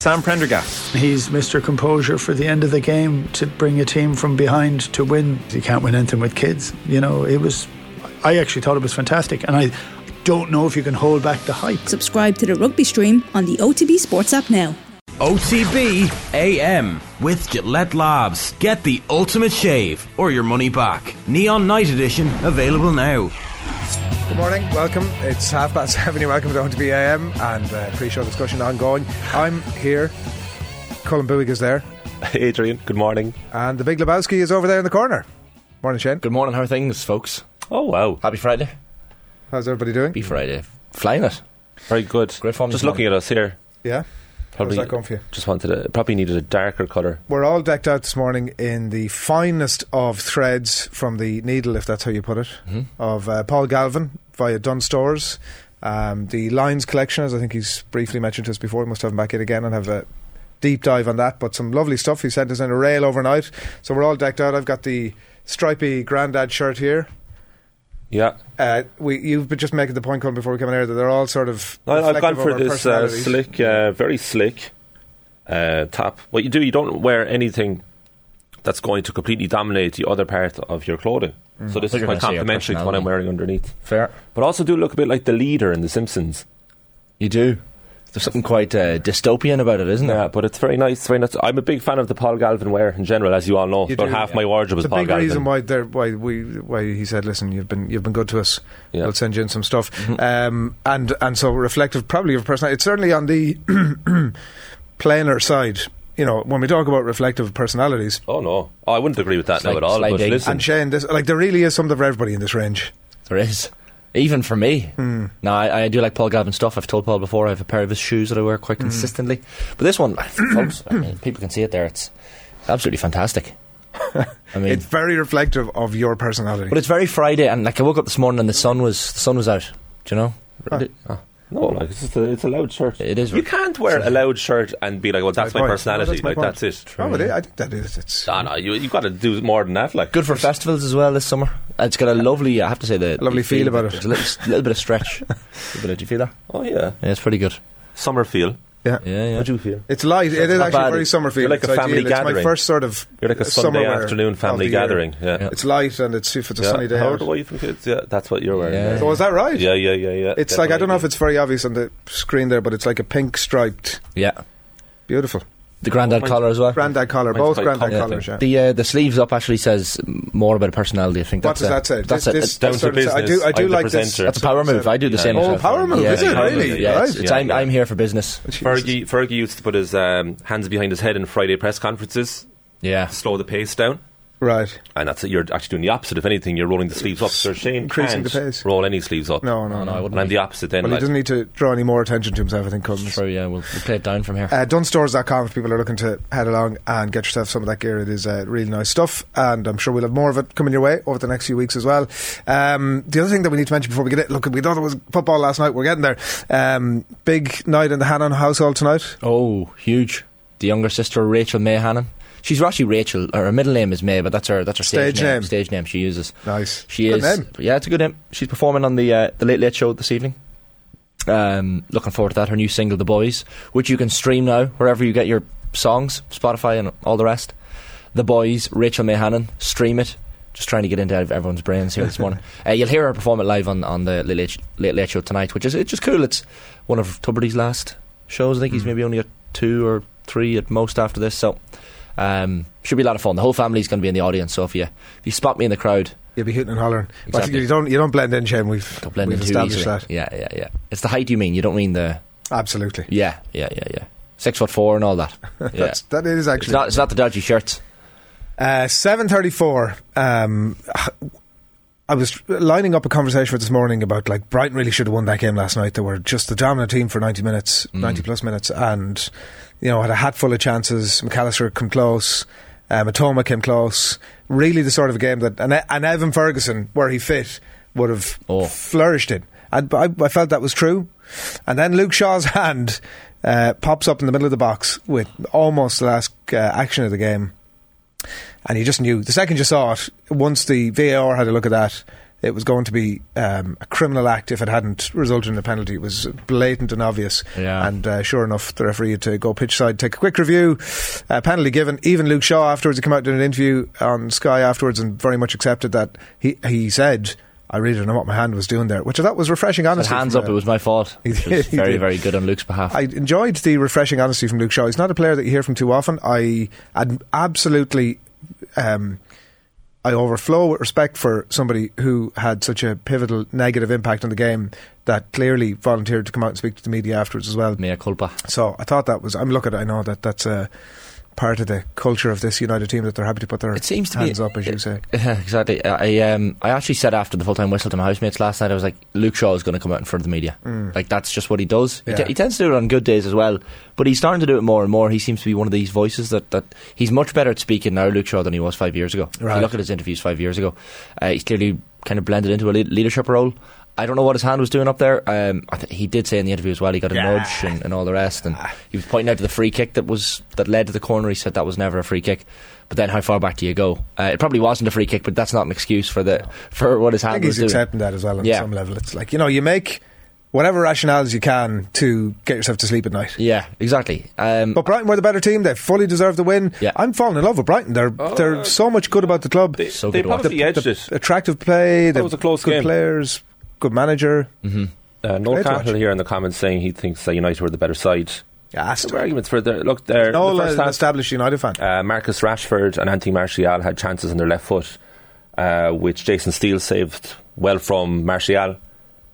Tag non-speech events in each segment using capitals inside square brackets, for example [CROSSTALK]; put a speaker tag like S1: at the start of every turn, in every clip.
S1: Sam Prendergast.
S2: He's Mr. Composure for the end of the game to bring a team from behind to win. You can't win anything with kids. You know, it was. I actually thought it was fantastic, and I don't know if you can hold back the hype.
S3: Subscribe to the rugby stream on the OTB Sports app now.
S4: OTB AM with Gillette Labs. Get the ultimate shave or your money back. Neon Night Edition available now.
S5: Good morning, welcome. It's half past [LAUGHS] seven. You're welcome to OTB AM and uh, pre show discussion ongoing. I'm here. Colin Buig is there.
S6: Adrian, good morning.
S5: And the big Lebowski is over there in the corner. Morning, Shane.
S7: Good morning, how are things, folks?
S6: Oh, wow.
S7: Happy Friday.
S5: How's everybody doing?
S7: Happy Friday. Flying it.
S6: Very good.
S7: Great form
S6: Just
S7: this
S6: looking at us here.
S5: Yeah.
S6: Probably
S5: that going for you?
S6: Just wanted a, probably needed a darker colour.
S5: We're all decked out this morning in the finest of threads from the needle, if that's how you put it,
S6: Mm-hmm.
S5: of uh, Paul Galvin via Dunstores. Um, the Lions collection, as I think he's briefly mentioned to us before, we must have him back in again and have a deep dive on that. But some lovely stuff. He sent us in a rail overnight. So we're all decked out. I've got the stripy granddad shirt here.
S6: Yeah.
S5: Uh, we, you've been just making the point, Colin, before we come in here, that they're all sort of.
S6: I, I've gone
S5: reflective
S6: for
S5: of our
S6: this uh,
S5: personalities.
S6: slick, uh, very slick uh, top. What you do, you don't wear anything that's going to completely dominate the other part of your clothing. So this
S7: You're
S6: is
S7: gonna
S6: quite
S7: see your
S6: complementary to what I'm
S7: personality.
S6: wearing underneath.
S7: Fair.
S6: But also do look a bit like the leader in The Simpsons.
S7: You do. There's something quite uh, dystopian about it, isn't there?
S6: Yeah, Uh, but it's very nice. It's very nice. I'm a big fan of the Paul Galvin wear in general, as you all know.
S5: You
S6: About
S5: do,
S6: half
S5: yeah.
S6: my wardrobe
S5: It's
S6: is
S5: a
S6: Paul
S5: big
S6: Galvin.
S5: reason why there, why we why he said, "Listen, you've been you've been good to us.
S6: Yeah. Mm-hmm.
S5: We'll send you in some stuff." Um, and and so reflective, probably of personality. It's certainly on the [CLEARS THROAT] plainer side. You know, when we talk about reflective personalities,
S6: Oh no, oh, I wouldn't agree with that
S7: It's
S6: now
S7: like-
S6: at all.
S7: it's like
S6: But
S7: big.
S6: listen,
S5: and Shane, this like there really is something for everybody in this range.
S7: There is. Even for me. No, I, I do like Paul Galvin stuff. I've told Paul before I have a pair of his shoes that I wear quite consistently. But this one, [CLEARS THROAT] folks, I mean, people can see it there. It's absolutely [LAUGHS] fantastic. I mean,
S5: It's very reflective of your personality.
S7: but it's very Friday, and like I woke up this morning and the sun was the sun was out. Do you know?
S5: Huh.
S6: no, like it's, just a, it's a loud shirt.
S7: It is.
S6: You can't wear a loud shirt and be like, "Well, that's my,
S5: point.
S6: personality."
S5: That's my
S6: like
S5: point.
S6: that's it.
S5: oh, but it, I think that is it's.
S6: No, no, you you got to do more than that. Like,
S7: Good for festivals as well this summer. Uh, It's got a lovely, I have to say, the
S5: lovely
S7: the
S5: feel about it.
S7: There's
S5: [LAUGHS]
S7: A little, little bit of stretch. a little bit of, do you feel that?
S6: oh yeah,
S7: Yeah, it's pretty good.
S6: summer feel.
S5: Yeah.
S7: Yeah, yeah.
S6: What do you feel?
S5: It's light. It is
S6: not
S5: actually
S6: bad.
S5: very summer feel.
S6: You're like
S5: It's
S6: a family
S5: ideal. It's my
S6: gathering.
S5: first sort of.
S6: You're like a
S5: Uh, summer
S6: Sunday
S5: wear
S6: afternoon
S5: of
S6: family
S5: the year.
S6: gathering. Yeah,
S7: Yeah.
S6: yeah.
S5: It's light and it's if it's a sunny day.
S6: How
S5: out.
S6: old were you from kids? Yeah, that's what you're wearing.
S7: Yeah.
S6: Yeah,
S5: So is that right?
S6: yeah, yeah, yeah. yeah.
S5: It's like I don't know if
S6: Definitely.
S5: it's very obvious on the screen there, but it's like a pink striped,
S7: Yeah.
S5: beautiful
S7: The granddad
S6: my-
S7: collar as well.
S5: granddad collar.
S6: Mine's
S5: Both
S6: quite
S5: granddad
S6: comfy.
S5: collars. Yeah.
S7: The uh, the sleeves up actually says more about a personality. I think.
S5: What
S7: That's
S5: does
S7: a-
S5: that say?
S7: That's
S5: This-
S7: a,
S5: this-
S7: a-
S6: down to
S5: sort of-
S6: business.
S5: I do- I do
S6: I'm the
S5: like this.
S6: presenter.
S7: that's a power move. I do the
S6: Yeah.
S7: same.
S6: Oh,
S7: myself.
S5: power move,
S7: Yeah,
S5: is it?
S7: yeah,
S5: Really?
S7: Yeah, it's,
S5: Right.
S7: it's- I'm, I'm here for business.
S6: Fergie, Fergie used to put his um, hands behind his head in Friday press conferences,
S7: Yeah.
S6: slow the pace down.
S5: Right.
S6: And that's it. You're actually doing the opposite. If anything, you're rolling the sleeves up. So Shane
S5: Increasing
S6: can't
S5: the pace.
S6: roll any sleeves up.
S5: No, no,
S7: No, no, I
S5: no.
S7: wouldn't.
S6: And I'm
S7: be.
S6: the opposite then.
S5: But he
S6: like,
S5: doesn't need to draw any more attention to himself. I think Cummins.
S7: True, yeah, we'll, we'll play it down from here.
S5: Uh, Dunstores.com if people are looking to head along and get yourself some of that gear. It is uh, really nice stuff, and I'm sure we'll have more of it coming your way over the next few weeks as well. Um, the other thing that we need to mention before we get it, look, we thought it was football last night. We're getting there. Um, big night in the Hannon household tonight.
S7: Oh, huge! The younger sister Rachel May Hannon. She's actually Rachel. Her middle name is May, but that's her that's her stage,
S5: Stage
S7: name.
S5: name.
S7: Stage name she uses.
S5: Nice.
S7: She
S5: Good
S7: is.
S5: name.
S7: Yeah, it's a good name. She's performing on the uh, the Late Late Show this evening. Um, looking forward to that. Her new single, "The Boys," which you can stream now wherever you get your songs, Spotify, and all the rest. "The Boys," Rachel May Hannon. Stream it. Just trying to get into everyone's brains here
S5: [LAUGHS]
S7: this morning. uh, you'll hear her perform it live on, on the Late Late, Sh- Late Late Show tonight, which is it's just cool. It's one of Tuberty's last shows. I think
S5: Mm.
S7: he's maybe only got two or three at most after this. So um, should be a lot of fun. The whole family's going to be in the audience. So if you if you spot me in the crowd,
S5: You'll be hooting and hollering. But
S7: Exactly.
S5: you don't you don't blend in, Shane. We've,
S7: Don't blend
S5: we've
S7: in too
S5: established
S7: easily.
S5: that.
S7: Yeah, yeah, yeah. It's the height you mean. You don't mean the
S5: Absolutely.
S7: yeah, yeah, yeah, yeah. Six foot four and all that. Yeah.
S5: [LAUGHS] That's, that is
S7: it's
S5: actually
S7: not. It's not the dodgy shirts.
S5: uh, seven thirty-four. Um, I was lining up a conversation for this morning about like Brighton really should have won that game last night. They were just the dominant team for ninety minutes, ninety plus minutes, and you know had a hatful of chances. McAllister come close. Uh, Matoma came close. Really, the sort of game that and, and Evan Ferguson, where he fit, would have
S7: Oh.
S5: flourished in. And I, I felt that was true. And then Luke Shaw's [LAUGHS] hand uh, pops up in the middle of the box with almost the last uh, action of the game and you just knew the second you saw it. Once the VAR had a look at that, It was going to be um, a criminal act if it hadn't resulted in a penalty. It was blatant and obvious.
S7: Yeah.
S5: And uh, sure enough, the referee had to go pitch side, take a quick review. Uh, penalty given. Even Luke Shaw afterwards, he came out and did an interview on Sky afterwards and very much accepted that. He he said, "I really don't know what my hand was doing there," which I thought was refreshing.
S7: Said,
S5: Honestly,
S7: hands
S5: from
S7: up,
S5: a-
S7: it was my
S5: [LAUGHS]
S7: fault.
S5: He
S7: Which
S5: did,
S7: was
S5: he
S7: very,
S5: did.
S7: very good on Luke's behalf.
S5: I enjoyed the refreshing honesty from Luke Shaw. He's not a player that you hear from too often. I ad- absolutely, um, I overflow with respect for somebody who had such a pivotal negative impact on the game that clearly volunteered to come out and speak to the media afterwards as well.
S7: Mea culpa.
S5: So I thought that was. I'm looking. I know that that's a part of the culture of this United team that they're happy to put their
S7: It seems to be-
S5: hands up, as you say.
S7: [LAUGHS] exactly. I I, um, I actually said after the full time whistle to my housemates last night, I was like, Luke Shaw is going to come out in front of the media.
S5: Mm.
S7: Mm. Like that's just what he does. He,
S5: Yeah.
S7: t- he tends to do it on good days as well, but he's starting to do it more and more. He seems to be one of these voices that, that he's much better at speaking now, Luke Shaw, than he was five years ago. If
S5: Right.
S7: you look at his interviews five years ago, uh, he's clearly kind of blended into a lead- leadership role. I don't know what his hand was doing up there. Um, I th- he did say in the interview as well he got a nudge and, and all the rest, and
S5: Ah.
S7: he was pointing out to the free kick that was that led to the corner. He said that was never a free kick, but then how far back do you go? Uh, it probably wasn't a free kick, but that's not an excuse for the for what his
S5: I
S7: hand
S5: think
S7: was
S5: he's
S7: doing.
S5: accepting that as well on
S7: Yeah.
S5: some level. It's like you know, you make whatever rationales you can to get yourself to sleep at night.
S7: yeah, exactly. Um,
S5: But Brighton were the better team. They fully deserved the win.
S7: Yeah.
S5: I'm falling in love with Brighton. They're they're so much good about the club.
S6: Oh, They,
S7: So
S6: they
S7: good watch.
S6: probably edged
S5: The
S6: it.
S5: attractive play. That
S6: was a close
S5: good
S6: game.
S5: players. Good manager.
S7: Mm-hmm.
S6: Uh, Noel
S5: Great watch.
S6: Cahill here in the comments saying he thinks that United were the better side.
S5: Yeah,
S6: There were arguments for their look there.
S5: Noel
S6: the
S5: is
S6: first
S5: an
S6: half,
S5: established United fan.
S6: uh, Marcus Rashford and Anthony Martial had chances on their left foot, uh, which Jason Steele saved well from Martial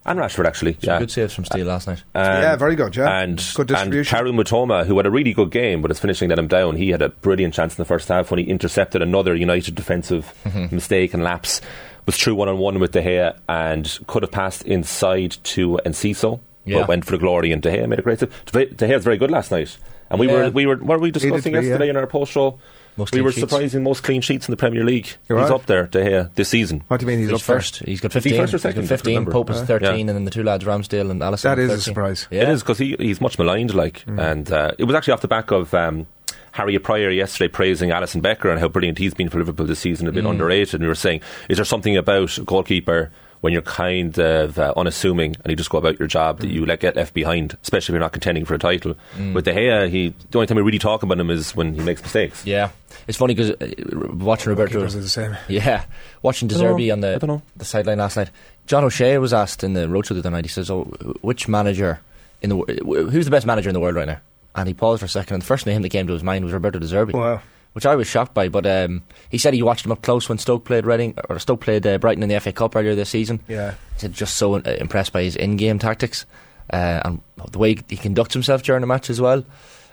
S6: and Rashford actually.
S7: some
S6: yeah,
S7: good saves from Steele last night.
S6: Um,
S5: yeah, very good. Yeah,
S6: and
S5: good distribution.
S6: And Karu Matoma, who had a really good game, but his finishing let him down. He had a brilliant chance in the first half when he intercepted another United defensive mistake and lapse. Was true one on one with De Gea and could have passed inside to Enciso,
S7: Yeah.
S6: but went for the glory. And De Gea made a great save. De De Gea was very good last night, and we
S7: Yeah.
S6: were we were were we discussing
S5: be, yeah.
S6: yesterday in our post show.
S7: Most
S6: We
S7: clean
S6: were
S7: sheets.
S6: surprising most clean sheets in the Premier League.
S5: You're
S6: he's
S5: right.
S6: up there, De Gea, this season.
S5: what do you mean he's
S7: He's
S5: up first?
S7: first. He's got 15.
S6: first or
S7: He's got
S6: second? I can't
S7: 15.
S6: remember.
S7: Pope is
S6: Uh,
S7: 13,
S6: yeah.
S7: and then the two lads, Ramsdale and Allison.
S5: That is a
S7: 13.
S5: surprise.
S7: Yeah.
S6: It is because he, he's much maligned, like,
S5: Mm.
S6: and uh, it was actually off the back of um, Harriet Pryor yesterday praising Alison Becker and how brilliant he's been for Liverpool this season, a bit
S5: Mm.
S6: underrated. And we were saying, is there something about a goalkeeper when you're kind of uh, unassuming and you just go about your job
S5: Mm.
S6: that you like, get left behind, especially if you're not contending for a title? With De Gea, he the only time we really talk about him is when he makes mistakes.
S7: Yeah, it's funny because uh, watching Roberto.
S5: Keepers are the same.
S7: Yeah, watching
S6: I don't
S7: Deserby
S6: know.
S7: on
S6: I don't
S7: the
S6: know.
S7: the sideline last night. John O'Shea was asked in the roadshow the other night. He says, "Oh, which manager in the wor- who's the best manager in the world right now?" And he paused for a second, and the first name that came to his mind was Roberto Deserby,
S5: Wow.
S7: which I was shocked by. But um, he said he watched him up close when Stoke played Reading or Stoke played uh, Brighton in the FA Cup earlier this season.
S5: Yeah.
S7: He said just so uh, impressed by his in-game tactics uh, and the way he conducts himself during the match as well.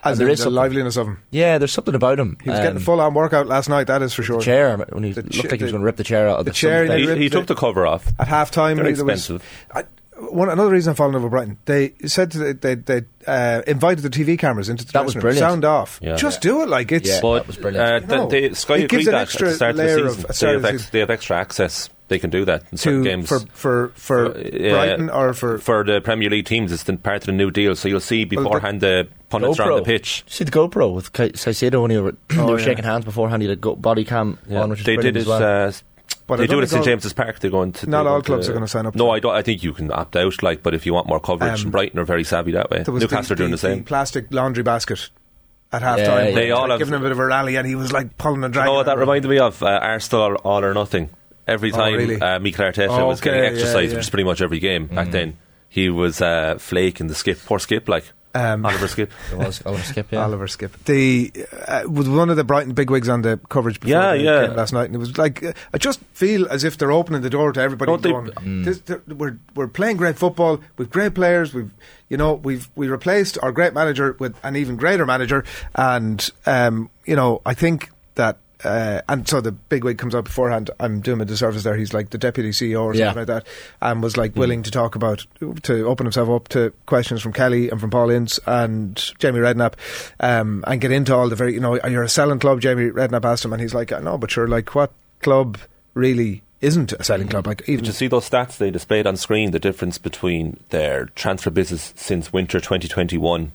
S5: As
S7: And there
S5: in
S7: is
S5: the
S7: something-
S5: liveliness of him.
S7: Yeah, there's something about him.
S5: He was getting a
S7: Um,
S5: full-on workout last night. That is for sure.
S7: the chair when he
S5: The
S7: looked
S5: cha-
S7: like he was
S5: the-
S7: going to rip the chair out of
S5: the
S7: the,
S5: chair in
S7: sun's
S5: the
S7: face.
S6: He, he took the cover off.
S5: At half time,
S6: They're
S5: there was
S6: expensive.
S5: I, one another reason I'm falling over Brighton. They said that they, they uh, invited the TV cameras into the
S7: That
S5: dressing
S7: was
S5: room.
S7: brilliant.
S5: Sound off.
S6: Yeah.
S5: Just do it. Like it's
S7: Yeah.
S6: But
S7: That was brilliant.
S6: uh,
S5: No,
S6: th- they, Sky
S5: it gives
S6: agreed
S5: an
S6: that
S5: extra
S6: at the start of the
S5: layer of-
S6: season.
S5: at the start of
S6: they,
S5: the
S6: have ex-
S5: season.
S6: they have extra access. They can do that in certain
S5: to
S6: games. Uh,
S5: for for for
S6: Yeah,
S5: Brighton or for
S6: for the Premier League teams, it's the part of the new deal. So you'll see
S5: the-
S6: beforehand the pundits are on the pitch.
S7: See the GoPro with Ca- Caicedo when he were, [CLEARS THROAT] they were
S5: Oh, yeah.
S7: shaking hands beforehand. He had a go- body cam
S6: Yeah.
S7: on, which is
S6: They did
S7: brilliant
S6: it.
S7: as well.
S6: Uh,
S5: But I
S6: they
S5: don't
S6: do it
S5: think
S6: at St
S5: all-
S6: James's Park. They're going to.
S5: Not
S6: they're
S5: all
S6: going
S5: clubs are gonna sign up
S6: No,
S5: to it.
S6: I don't. I think you can opt out. Like, but if you want more coverage,
S5: Um,
S6: and Brighton are very savvy that way.
S5: there was
S6: Newcastle
S5: the,
S6: are doing the, same.
S5: plastic laundry basket at half
S7: Yeah,
S5: time.
S7: yeah. They
S5: Like,
S6: all have-
S5: giving him a bit of a rally, and he was like pulling and
S6: You
S5: dragging.
S6: know what that
S5: him.
S6: reminded me of? Uh, Arsenal are all or nothing. Every
S5: Oh,
S6: time
S5: really?
S6: uh, Mikel Arteta
S5: Oh,
S6: was getting
S5: okay, yeah,
S6: exercise,
S5: yeah. Mm.
S6: which is pretty much every game back then, he was uh, flaking the skip. Poor skip, like
S5: Um,
S6: Oliver Skip.
S7: It was Oliver Skip, yeah.
S5: Oliver Skip. The uh, was one of the Brighton bigwigs on the coverage before
S6: Yeah,
S5: the
S6: yeah.
S5: game last night, and it was like uh, I just feel as if they're opening the door to everybody.
S6: Don't they- mm.
S5: going, "This- th- we're we're playing great football. We've great players. We've you know we've we replaced our great manager with an even greater manager, and um, you know I think that. Uh, and so the bigwig comes out beforehand. I'm doing a disservice there. He's like the deputy CEO or something
S7: Yeah.
S5: like that, and was
S7: Hmm.
S5: like willing to talk about to open himself up to questions from Kelly and from Paul Ince and Jamie Redknapp, um, and get into all the very you know you're a selling club. Jamie Redknapp asked him, and he's like, no, but you're like what club really isn't a selling club? Like even
S6: Did you see those stats they displayed on screen? The difference between their transfer business since winter 2021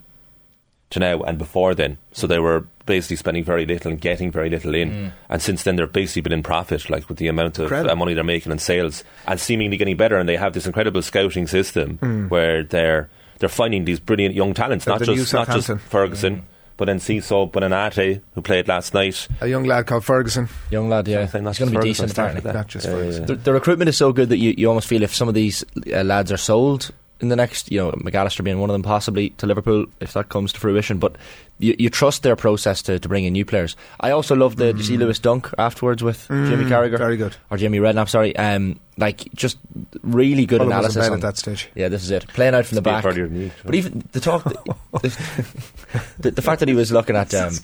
S6: to now and before then. So they were basically spending very little and getting very little in. And since then, they've basically been in profit, like with the amount of
S5: Mm. Incredible.
S6: uh, money they're making in sales and seemingly getting better. And they have this incredible scouting system where they're they're finding these brilliant young talents,
S5: They're
S6: not
S5: Mm. the new
S6: just not just
S5: Southampton. Mm.
S6: Ferguson, but then Ciso Bonanate, who played last night.
S5: A young lad called Ferguson,
S7: Young lad, yeah.
S6: I think that's
S7: He's going to be
S6: Ferguson
S7: decent,
S6: started
S7: apparently.
S6: that.
S5: not just
S6: Yeah, yeah,
S5: Ferguson.
S7: The, the recruitment is so good that you, you almost feel if some of these uh, lads are sold in the next, you know, McAllister being one of them possibly to Liverpool if that comes to fruition, but you, you trust their process to, to bring in new players. I also love the, did you see Lewis Dunk afterwards with Hmm.
S5: Mm.
S7: Jimmy Carragher?
S5: Hmm. Very good.
S7: Or Jimmy Redknapp, sorry. Um, like, just really good
S5: All of us in
S7: analysis.
S5: bed
S7: on-
S5: at that stage. [LAUGHS]
S7: yeah, this is it. Playing out from the
S6: Speak
S7: back.
S6: earlier than you.
S7: But even the talk, the, the, the fact that he was looking at um,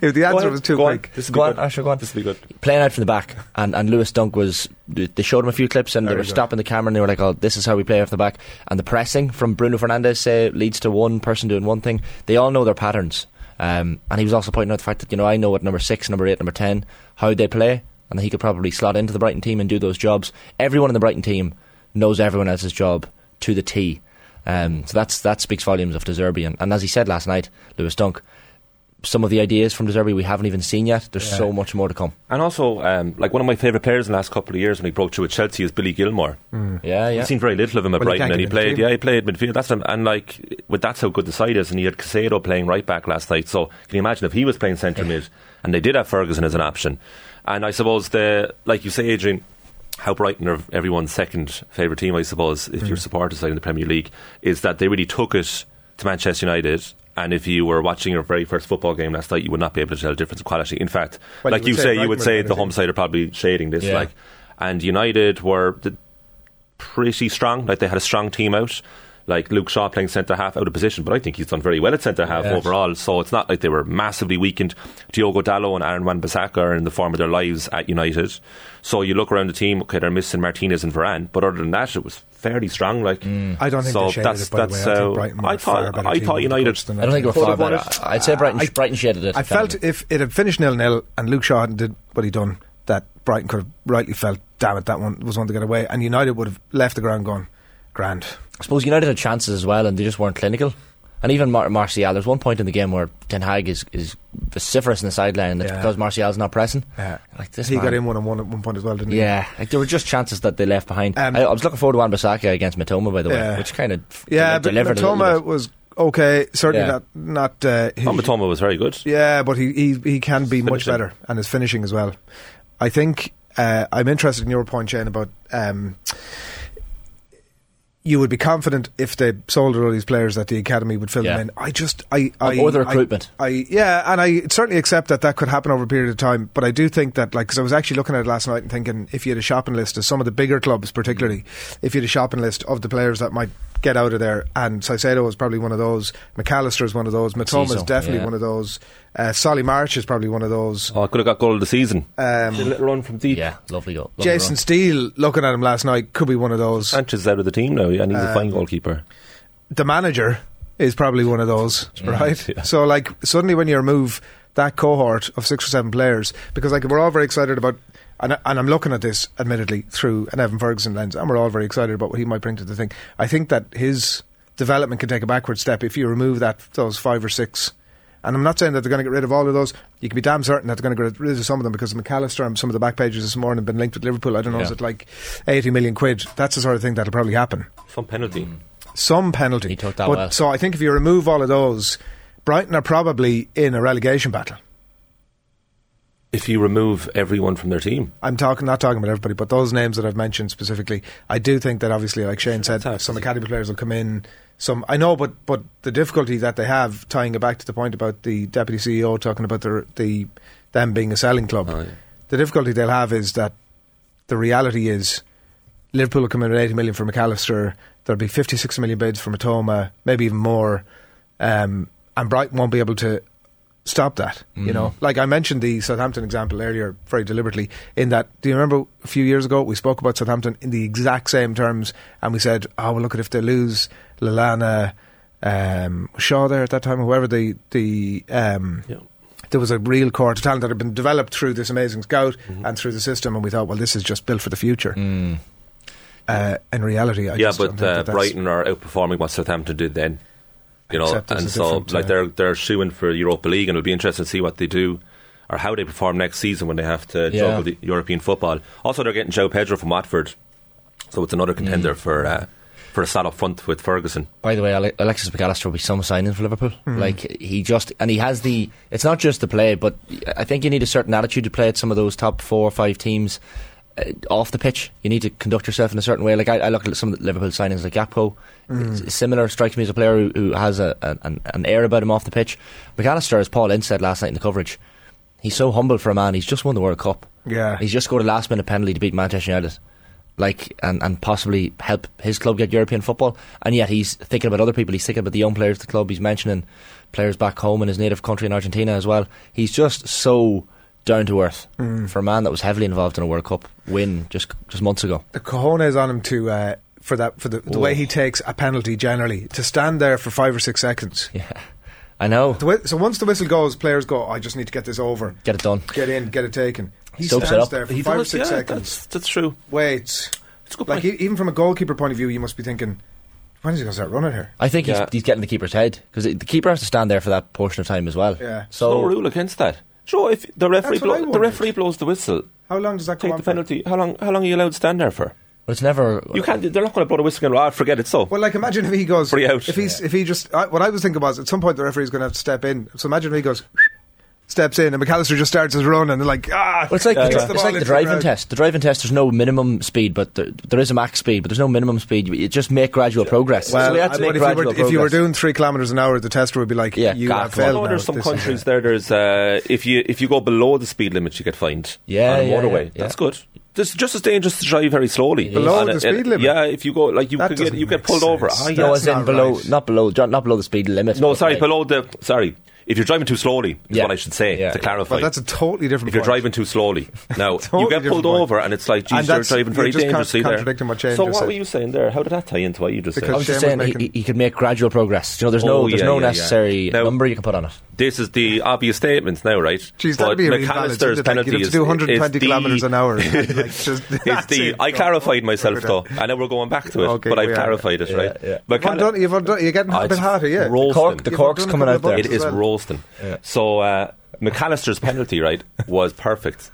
S5: If the answer was too
S7: go on,
S5: quick,
S7: This go on, Asher, go on.
S6: This will be good.
S7: Playing out from the back, and, and Lewis Dunk was. They showed him a few clips, and they
S5: Very
S7: were
S5: good.
S7: stopping the camera, and they were like, "Oh, this is how we play off the back." And the pressing from Bruno Fernandez say leads to one person doing one thing. They all know their patterns, um, and he was also pointing out the fact that you know I know what number six, number eight, number ten, how they play, and he could probably slot into the Brighton team and do those jobs. Everyone in the Brighton team knows everyone else's job to the T. Um, so that's that speaks volumes of Deserbi, and, and as he said last night, Lewis Dunk. Some of the ideas from Deserbi we haven't even seen yet. There's so much more to come.
S6: And also, um, like one of my favourite players in the last couple of years when he broke through at Chelsea is Billy Gilmore.
S7: Yeah, yeah.
S6: I've seen very little of him at
S5: Mm. Well, he
S6: Brighton,
S5: can't
S6: and
S5: get
S6: he
S5: in the
S6: played.
S5: team.
S6: Yeah, he played midfield. That's him. and like, with that's how good the side is. And he had Casado playing right back last night. So can you imagine if he was playing
S5: [LAUGHS]
S6: centre mid, and they did have Ferguson as an option? And I suppose the, like you say, Adrian, how Brighton are everyone's second favourite team. I suppose if you're
S5: Mm.
S6: supporters side in the Premier League, is that they really took it to Manchester United. And if you were watching your very first football game last night, you would not be able to tell the difference in quality. In fact,
S5: Well,
S6: like
S5: you
S6: you
S5: would say
S6: say, you
S5: Brighton
S6: would
S5: were
S6: say
S5: better
S6: the
S5: team.
S6: home side are probably shading this.
S7: Yeah.
S6: Like, and United were the, pretty strong. Like they had a strong team out. Like Luke Shaw playing centre half out of position, but I think he's done very well at centre half
S7: Yes.
S6: overall. So it's not like they were massively weakened. Diogo Dallo and Aaron Wan Bissaka are in the form of their lives at United. So you look around the team. Okay, they're missing Martinez and Varane, but other than that, it was fairly strong. Like
S5: I don't think
S6: so
S5: they shaded
S6: that's
S5: it, by
S6: that's
S5: the way. I,
S6: how
S5: think Brighton were
S6: I
S5: a far
S6: thought.
S5: better
S6: I
S5: team
S6: thought
S5: with the
S6: United.
S5: coach than
S7: uh, I don't think we're
S5: But
S7: far
S5: it
S7: better.
S5: was-
S7: I'd say Brighton,
S5: I-
S7: Brighton shaded it.
S5: I felt if it had finished nil nil and Luke Shaw hadn't did what he done, that Brighton could have rightly felt, damn it, that one was one to get away, and United would have left the ground going, grand.
S7: I suppose United had chances as well, and they just weren't clinical. And even Mar- Martial, there's one point in the game where Ten Hag is, is vociferous in the sideline, and it's
S5: Yeah.
S7: because Martial's not pressing.
S5: Yeah.
S7: Like this
S5: he
S7: man.
S5: got in one on one at one point as well, didn't he?
S7: Yeah, like there were just chances that they left behind.
S5: Um,
S7: I, I was looking forward to Wan Bissaka against Matoma, by the way,
S5: Yeah.
S7: which kind of
S5: yeah, but
S7: delivered a
S5: Matoma
S7: little bit.
S5: was okay. Certainly
S7: Yeah.
S5: not not. Uh, his-
S6: Tom Matoma was very good.
S5: Yeah, but he, he, he can be much
S6: finishing.
S5: better and his finishing as well. I think uh, I'm interested in your point, Shane, about um, you would be confident if they sold all these players that the academy would fill
S7: Yeah.
S5: them in. I just I, I
S7: Or the
S5: I-
S7: recruitment.
S5: I, yeah, and I certainly accept that that could happen over a period of time. But I do think that like because I was actually looking at it last night and thinking if you had a shopping list of some of the bigger clubs, particularly if you had a shopping list of the players that might get out of there, and Saicedo is probably one of those. McAllister is one of those. Matoma is
S7: Cissé,
S5: definitely
S7: yeah.
S5: one of those. Uh, Solly March is probably one of those.
S6: Oh, I could have got goal of the season.
S5: Um,
S6: Did a little run from deep.
S7: Yeah, lovely goal. Lovely
S5: Jason Steele, looking at him last night, could be one of those.
S6: Sanchez is out of the team now, yeah, and he's
S5: Uh,
S6: a fine goalkeeper.
S5: the manager is probably one of those, right?
S6: yeah.
S5: So, like, suddenly when you remove that cohort of six or seven players, because like we're all very excited about, and, I- and I'm looking at this admittedly through an Evan Ferguson lens, and we're all very excited about what he might bring to the thing. I think that his development can take a backward step if you remove that those five or six. And I'm not saying that they're going to get rid of all of those. You can be damn certain that they're going to get rid of some of them because McAllister and some of the back pages this morning have been linked with Liverpool. I don't know, is
S7: Yeah.
S5: it like 80 million quid? That's the sort of thing that'll probably happen
S6: Some penalty.
S5: some penalty.
S7: He took that
S5: but,
S7: well.
S5: So I think if you remove all of those, Brighton are probably in a relegation battle.
S6: If you remove everyone from their team,
S5: I'm talking, not talking about everybody, but those names that I've mentioned specifically. I do think that obviously, like Shane said,
S6: that's
S5: some academy players will come in. Some I know, but but the difficulty that they have tying it back to the point about the deputy CEO talking about the the them being a selling club.
S6: Oh, yeah.
S5: The difficulty they'll have is that the reality is Liverpool will come in with 80 million for McAllister. There'll be 56 million bids for Matoma, maybe even more. Um, and Brighton won't be able to stop that. You know, like I mentioned the Southampton example earlier very deliberately. In that, do you remember a few years ago we spoke about Southampton in the exact same terms, and we said, "Oh, well, look at if they lose Lallana, um, Shaw there at that time, whoever the the." Um,
S6: Yeah.
S5: There was a real core to talent that had been developed through this amazing scout
S6: Mm-hmm.
S5: and through the system, and we thought, well, this is just built for the future. Uh, in reality, I
S6: yeah,
S5: just don't
S6: Mm. but
S5: think
S6: uh,
S5: that that's-
S6: Brighton are outperforming what Southampton did then. you know,
S5: Except it's
S6: and
S5: a
S6: so
S5: different,
S6: like
S5: uh,
S6: they're they're shooing for Europa League, and it'll be interesting to see what they do or how they perform next season when they have to
S7: Yeah.
S6: juggle the European football. Also, they're getting Joe Pedro from Watford, so it's another contender for uh, for a sat up front with Ferguson.
S7: By the way, Ale- Alexis McAllister will be some signing for Liverpool. Like he just and he has the. It's not just the play, but I think you need a certain attitude to play at some of those top four or five teams uh, off the pitch. You need to conduct yourself in a certain way. Like I, I look at some of the Liverpool signings, like Gakpo, it's similar strikes me as a player who, who has a, a- an, an air about him off the pitch. McAllister, as Paul Ince said last night in the coverage, he's so humble for a man. He's just won the World Cup.
S5: Yeah.
S7: he's just scored a last minute penalty to beat Manchester United like and, and possibly help his club get European football. And yet he's thinking about other people. He's thinking about the young players at the club. He's mentioning players back home in his native country in Argentina as well. He's just so down to earth
S6: Mm.
S7: for a man that was heavily involved in a World Cup win just just months ago. [LAUGHS]
S5: the cojones on him to uh, for that for the, the way he takes a penalty generally to stand there for five or six seconds.
S7: Yeah, I know.
S5: The whi- so once the whistle goes, players go. I just need to get this over,
S7: Get it done.
S5: get in, get it taken. He
S7: Soaks it
S5: stands
S7: up.
S5: there for
S6: He
S5: five
S6: does,
S5: or six
S6: yeah,
S5: seconds.
S6: That's, that's true.
S5: Waits.
S6: It's a good
S5: Like
S6: point.
S5: e- even from a goalkeeper point of view, you must be thinking, when is he going to start running here?
S7: I think
S6: Yeah.
S7: he's, he's getting the keeper's head because the keeper has to stand there for that portion of time as well.
S5: Yeah.
S6: no
S7: So
S6: rule against that. Sure, if the referee
S5: That's what I
S6: blow, the
S5: wondered.
S6: referee blows the whistle,
S5: How long does that go
S6: take
S5: on?
S6: the
S5: for?
S6: penalty. How long? How long are you allowed to stand there for?
S7: but it's never.
S6: You can't. They're not going to blow the whistle and go, ah, forget it. So
S5: Well, like imagine if he goes
S6: Free out.
S5: If he's if he just I, what I was thinking was at some point the referee's going to have to step in. So imagine if he goes, steps in, and McAllister just starts his run, and they're like ah.
S7: Well, it's like,
S5: kicks
S7: the,
S5: the
S7: it's
S5: ball
S7: like the
S5: into
S7: driving
S5: crowd.
S7: test. The driving test, there's no minimum speed, but there, there is a max speed, but there's no minimum speed. You just make gradual progress.
S5: Well,
S7: so we had
S5: I-
S7: to make
S5: but if you,
S7: gradual
S5: were, if you were
S7: progress.
S5: doing three kilometers an hour, the tester would be like,
S7: Yeah,
S5: "You
S7: God,
S5: have
S7: come
S6: I
S7: on.
S5: failed."
S6: know
S5: now
S6: there's some
S5: at this."
S6: countries there. There's uh, if you if you go below the speed limit, you get fined.
S7: Yeah,
S6: on a
S7: yeah,
S6: motorway.
S7: yeah,
S6: That's
S7: yeah.
S6: good. It's just as dangerous to drive very slowly.
S5: Below
S6: And
S5: the
S6: it-
S5: speed
S6: it-
S5: limit?
S6: Yeah, if you go like you
S5: That
S6: could get
S5: doesn't
S6: you get
S5: make
S6: pulled over.
S5: sense.
S6: Ah, yeah.
S5: that's
S7: no, Oh, as in
S5: not
S7: below,
S5: right.
S7: not below, jo- not below the speed limit.
S6: No,
S7: but
S6: sorry,
S7: like-
S6: below the sorry. If you're driving too slowly, is
S7: Yeah.
S6: what I should say
S7: Yeah.
S6: to clarify.
S5: Well, that's a totally different.
S6: if you're
S5: point.
S6: driving too slowly,
S5: [LAUGHS]
S6: now you
S5: Totally
S6: get pulled
S5: different point.
S6: over, and it's like,
S5: And
S6: geez, you're
S5: that's-
S6: driving
S5: you're
S6: very
S5: just con-
S6: dangerously there.
S5: contradicting what Shane
S6: so
S5: just
S6: what
S5: said.
S6: were you saying there? How did that tie into what you just said?
S7: I
S5: Because-
S7: was just
S5: Shane
S7: saying
S5: was
S7: he,
S5: making-
S7: he- he could make gradual progress. You know, there's
S6: Oh,
S7: no,
S6: yeah,
S7: there's no
S6: yeah, yeah.
S7: necessary
S6: Now-
S7: number you can put on it.
S6: This is the obvious statement now, right?
S5: Jeez,
S6: But
S5: that'd be a real balance,
S6: McAllister's
S5: wouldn't it? Like,
S6: penalty
S5: you'd have to
S6: is-
S5: do
S6: is
S5: 120
S6: the-
S5: kilometers an hour. [LAUGHS] Like, just,
S6: It's
S5: that's
S6: the
S5: it.
S6: I
S5: Go.
S6: clarified myself
S5: Look at
S6: though,
S5: that.
S6: and now we're going back to it.
S5: Okay,
S6: but
S5: we
S6: I've
S5: are.
S6: clarified it, right?
S7: yeah.
S6: But
S5: You've
S6: can-
S5: done- you've done- you're getting
S6: Oh,
S5: a bit
S6: it's
S5: hotter, yeah.
S7: The,
S6: roasting.
S7: cork, the
S5: You've
S7: cork's
S5: done a
S7: coming
S5: couple
S7: out
S5: of
S7: there.
S6: It
S5: buttons.
S6: is
S5: well.
S6: roasting. So uh, McAllister's penalty, right, was perfect.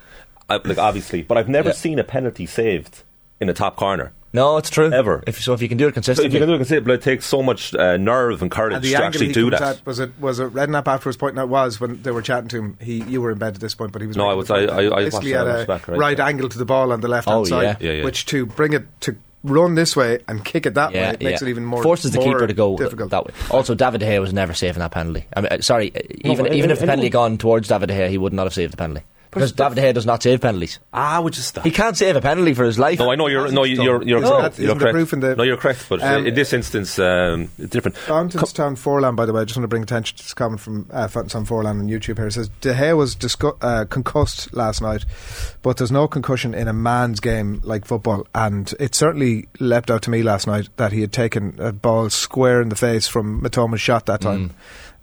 S6: Uh, like obviously, but I've never
S7: Yeah.
S6: seen a penalty saved in a top corner.
S7: No, it's true.
S6: Ever.
S7: If, so if you can do it
S6: So
S7: consistently.
S6: if you can do it, can say it, but it takes so much uh, nerve and courage
S5: And
S6: to
S5: the angle
S6: actually
S5: he
S6: do
S5: comes
S6: that.
S5: at was it was it Redknapp afterwards pointing out was when they were chatting to him. He you were in bed at this point, but he was
S6: No,
S5: making
S6: I was-
S5: the point
S6: I- I- I
S5: that
S6: watched
S5: basically
S6: that, I
S5: at a
S6: watched back, right.
S5: right, angle to the ball on the left hand
S7: Oh,
S5: side,
S7: yeah.
S6: Yeah, yeah.
S5: which to bring it to run this way and kick it that way it makes it even more
S7: forces the
S5: more
S7: keeper to go th-
S5: difficult.
S7: that way. Also, David De Gea was never saving that penalty. I mean, uh, sorry, uh, even
S6: but
S7: even if the
S6: anyone-
S7: penalty had gone towards David De Gea, he would not have saved the penalty because David De Gea does not save penalties.
S6: Ah, which is that?
S7: He can't save a penalty for his life.
S6: No, I know you're no, you're you're,
S5: Isn't
S6: correct.
S5: that-
S6: you're
S5: isn't the
S6: correct.
S5: proof in the-
S6: no, you're correct. But
S5: Um, Uh,
S6: uh, in this instance, um, it's different.
S5: Fountainstown Forlan, by the way, I just want to bring attention to this comment from uh, Fountainstown Forlan on YouTube here. It says De Gea was discu- uh, concussed last night, but there's no concussion in a man's game like football. And it certainly leapt out to me last night that he had taken a ball square in the face from Matoma's shot that time.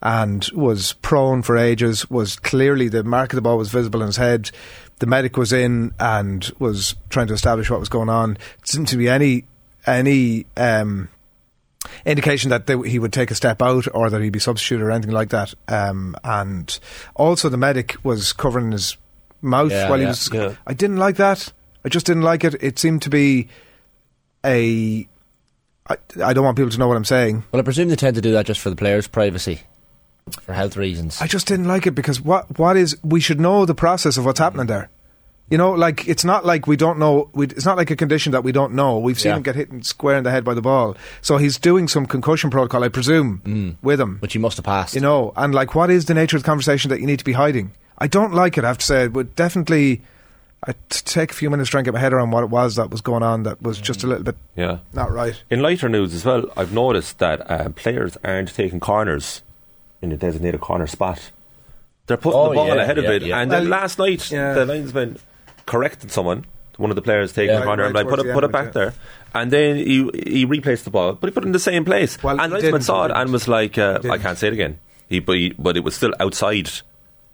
S5: And was prone for ages. Was clearly the mark of the ball was visible in his head. The medic was in and was trying to establish what was going on. Didn't seem to be any any um, indication that they, he would take a step out or that he'd be substituted or anything like that. Um, and also, the medic was covering his mouth
S7: Yeah,
S5: while he
S7: yeah,
S5: was.
S6: yeah.
S5: I didn't like that. I just didn't like it. It seemed to be a. I, I don't want people to know what I'm saying.
S7: Well, I presume they tend to do that just for the players' privacy, for health reasons.
S5: I just didn't like it because what what is we should know the process of what's
S7: Mm-hmm.
S5: happening there. You know, like it's not like we don't know. We, it's not like a condition that we don't know. We've seen
S7: Yeah.
S5: him get hit and square in the head by the ball, so he's doing some concussion protocol, I presume,
S7: Mm.
S5: with him.
S7: which he must have passed.
S5: You know, and like, what is the nature of the conversation that you need to be hiding? I don't like it. I have to say, it would definitely. I t- take a few minutes trying to get my head around what it was that was going on. That was
S6: Mm.
S5: just a little bit
S6: Yeah.
S5: not right.
S6: In lighter news as well, I've noticed that uh, players aren't taking corners in the designated corner spot. They're putting
S7: Oh,
S6: the ball
S7: yeah,
S6: ahead of
S7: yeah,
S6: it.
S7: yeah.
S6: And then
S5: Well,
S6: last night,
S5: yeah.
S6: the linesman corrected someone, one of the players taking
S7: Yeah.
S6: the corner,
S5: Right,
S6: and I
S5: right
S6: put
S5: towards
S6: it,
S5: the
S6: put
S5: end
S6: it
S5: of it,
S6: back there. And then he, he replaced the ball, but he put it in the same place.
S5: Well,
S6: and
S5: he
S6: linesman
S5: didn't,
S6: saw
S5: he
S6: it and
S5: didn't.
S6: was like, uh, I
S5: Didn't.
S6: can't say it again. He, but, he, but it was still outside.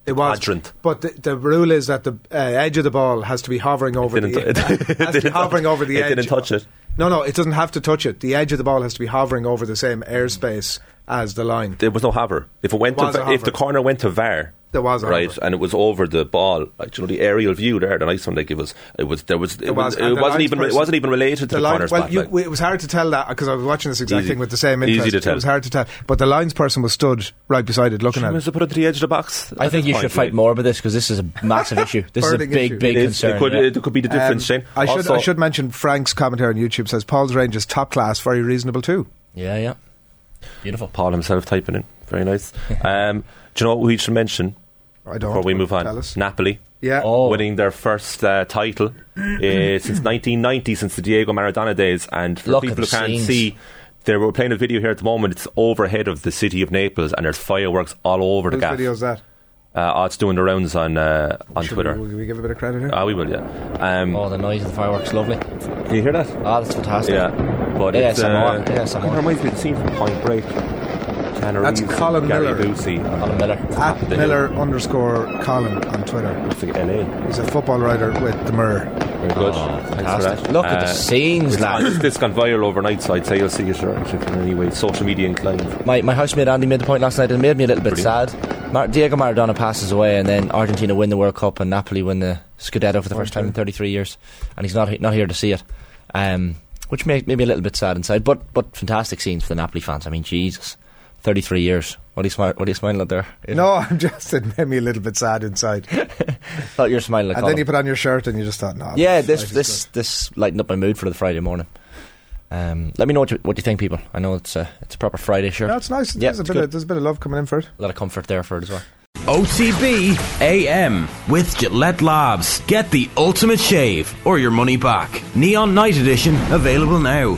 S5: It was,
S6: Quadrant.
S5: but the, the rule is that the uh, edge of the ball has to be hovering over
S6: Didn't,
S5: the
S6: [LAUGHS] it,
S5: [LAUGHS] has to be
S6: didn't-
S5: hovering over the
S6: it
S5: edge.
S6: didn't touch it.
S5: No, no, it doesn't have to touch it. The edge of the ball has to be hovering over the same airspace as the line.
S6: There was no hover. If it went, to,
S5: Was a
S6: if
S5: hover.
S6: the corner went to VAR,
S5: There was a
S6: right,
S5: hover.
S6: and it was over the ball. Like, do you know the aerial view there, the nice one they give us. It was there was it,
S5: There was,
S6: was,
S5: and the
S6: not
S5: lines
S6: even it
S5: person-
S6: wasn't even related to the,
S5: line-
S6: corner
S5: well,
S6: spot.
S5: you,
S6: like.
S5: it was hard to tell that because I was watching this exact
S6: Easy-
S5: thing with the same
S6: easy
S5: interest.
S6: to tell.
S5: It was hard to tell, but the linesperson was stood right beside it, looking
S6: I
S5: at
S6: must
S5: it.
S6: have put it to the edge of the box.
S7: I
S6: at
S7: think
S6: that
S7: you
S6: point,
S7: should fight
S6: like.
S7: more about this because this is a
S5: [LAUGHS]
S7: massive issue. This is a
S5: Burning
S7: big,
S5: issue.
S7: big
S6: It is-
S7: concern.
S6: It could,
S7: yeah.
S6: it could be the difference,
S5: Um,
S6: Shane.
S5: I should I
S6: Also-
S5: should mention Frank's commentary on YouTube says Paul's range is top class, very reasonable too.
S7: yeah, yeah. Beautiful.
S6: Paul himself typing in.
S5: [LAUGHS]
S6: Very nice. Um, do you know what we should mention
S5: I don't.
S6: before we
S5: but
S6: move on?
S5: Tell us.
S6: Napoli
S5: Yeah.
S7: Oh,
S6: winning their first uh,
S7: [CLEARS THROAT]
S6: title uh, since 1990, since the Diego Maradona days. And for
S7: Look at
S6: people who
S7: the
S6: can't
S7: scenes.
S6: see, there we're playing a video here at the moment. It's overhead of the city of Naples, and there's fireworks all over
S5: Whose
S6: the gaff.
S5: video is that?
S6: Uh, oh, it's doing the rounds on uh, on
S5: Should
S6: Twitter.
S5: We, we give a bit of credit here.
S6: Ah, we will, yeah. Um,
S7: oh, the noise of the fireworks, lovely.
S6: Can you hear that?
S7: Ah, that's fantastic.
S6: Yeah, but
S7: Yeah,
S6: it's,
S7: Samoa.
S6: uh,
S7: Yeah, Samoa.
S6: It reminds me of the scene from Point Break. Tanner
S5: That's
S6: Reeves,
S5: Colin
S6: Gary
S5: Miller.
S6: Busey,
S7: Colin Miller.
S5: At Miller underscore Colin on Twitter.
S6: Oh, it's like LA.
S5: He's a football writer with the Mirror.
S6: Very good. Thanks for
S7: Oh, Fantastic.
S6: that.
S7: Look at
S6: Uh,
S7: the scenes,
S6: it's gone-
S7: lads.
S6: This gone viral overnight, so I'd say you'll see it or if you're anyway. Social media inclined.
S7: [LAUGHS] My, my housemate Andy made the point last night. It made me a little bit
S6: Brilliant.
S7: sad. Mar- Diego Maradona passes away, and then Argentina win the World Cup, and Napoli win the Scudetto for the first time in 33 years, and he's not he- not here to see it, um, which made, made me a little bit sad inside. But but fantastic scenes for the Napoli fans. I mean, Jesus, 33 years. What are you smiling? What are you smiling at there? You
S5: No, [LAUGHS] I'm just it made me a little bit sad inside.
S7: thought you were smiling. At
S5: and then
S7: Colin.
S5: you put on your shirt and you just thought, no.
S7: yeah, this
S5: life is
S7: this this lightened up my mood for the Friday morning. Um, let me know what you, what you think, people. I know it's a it's a proper Friday
S5: good.
S7: shirt.
S5: No, it's nice.
S7: Yeah,
S5: there's, a
S7: it's
S5: bit
S7: good.
S5: of, there's a bit of love coming in for it.
S7: a lot of comfort there for it as well.
S4: OTB AM with Gillette Labs. Get the ultimate shave or your money back. Neon Night Edition available now.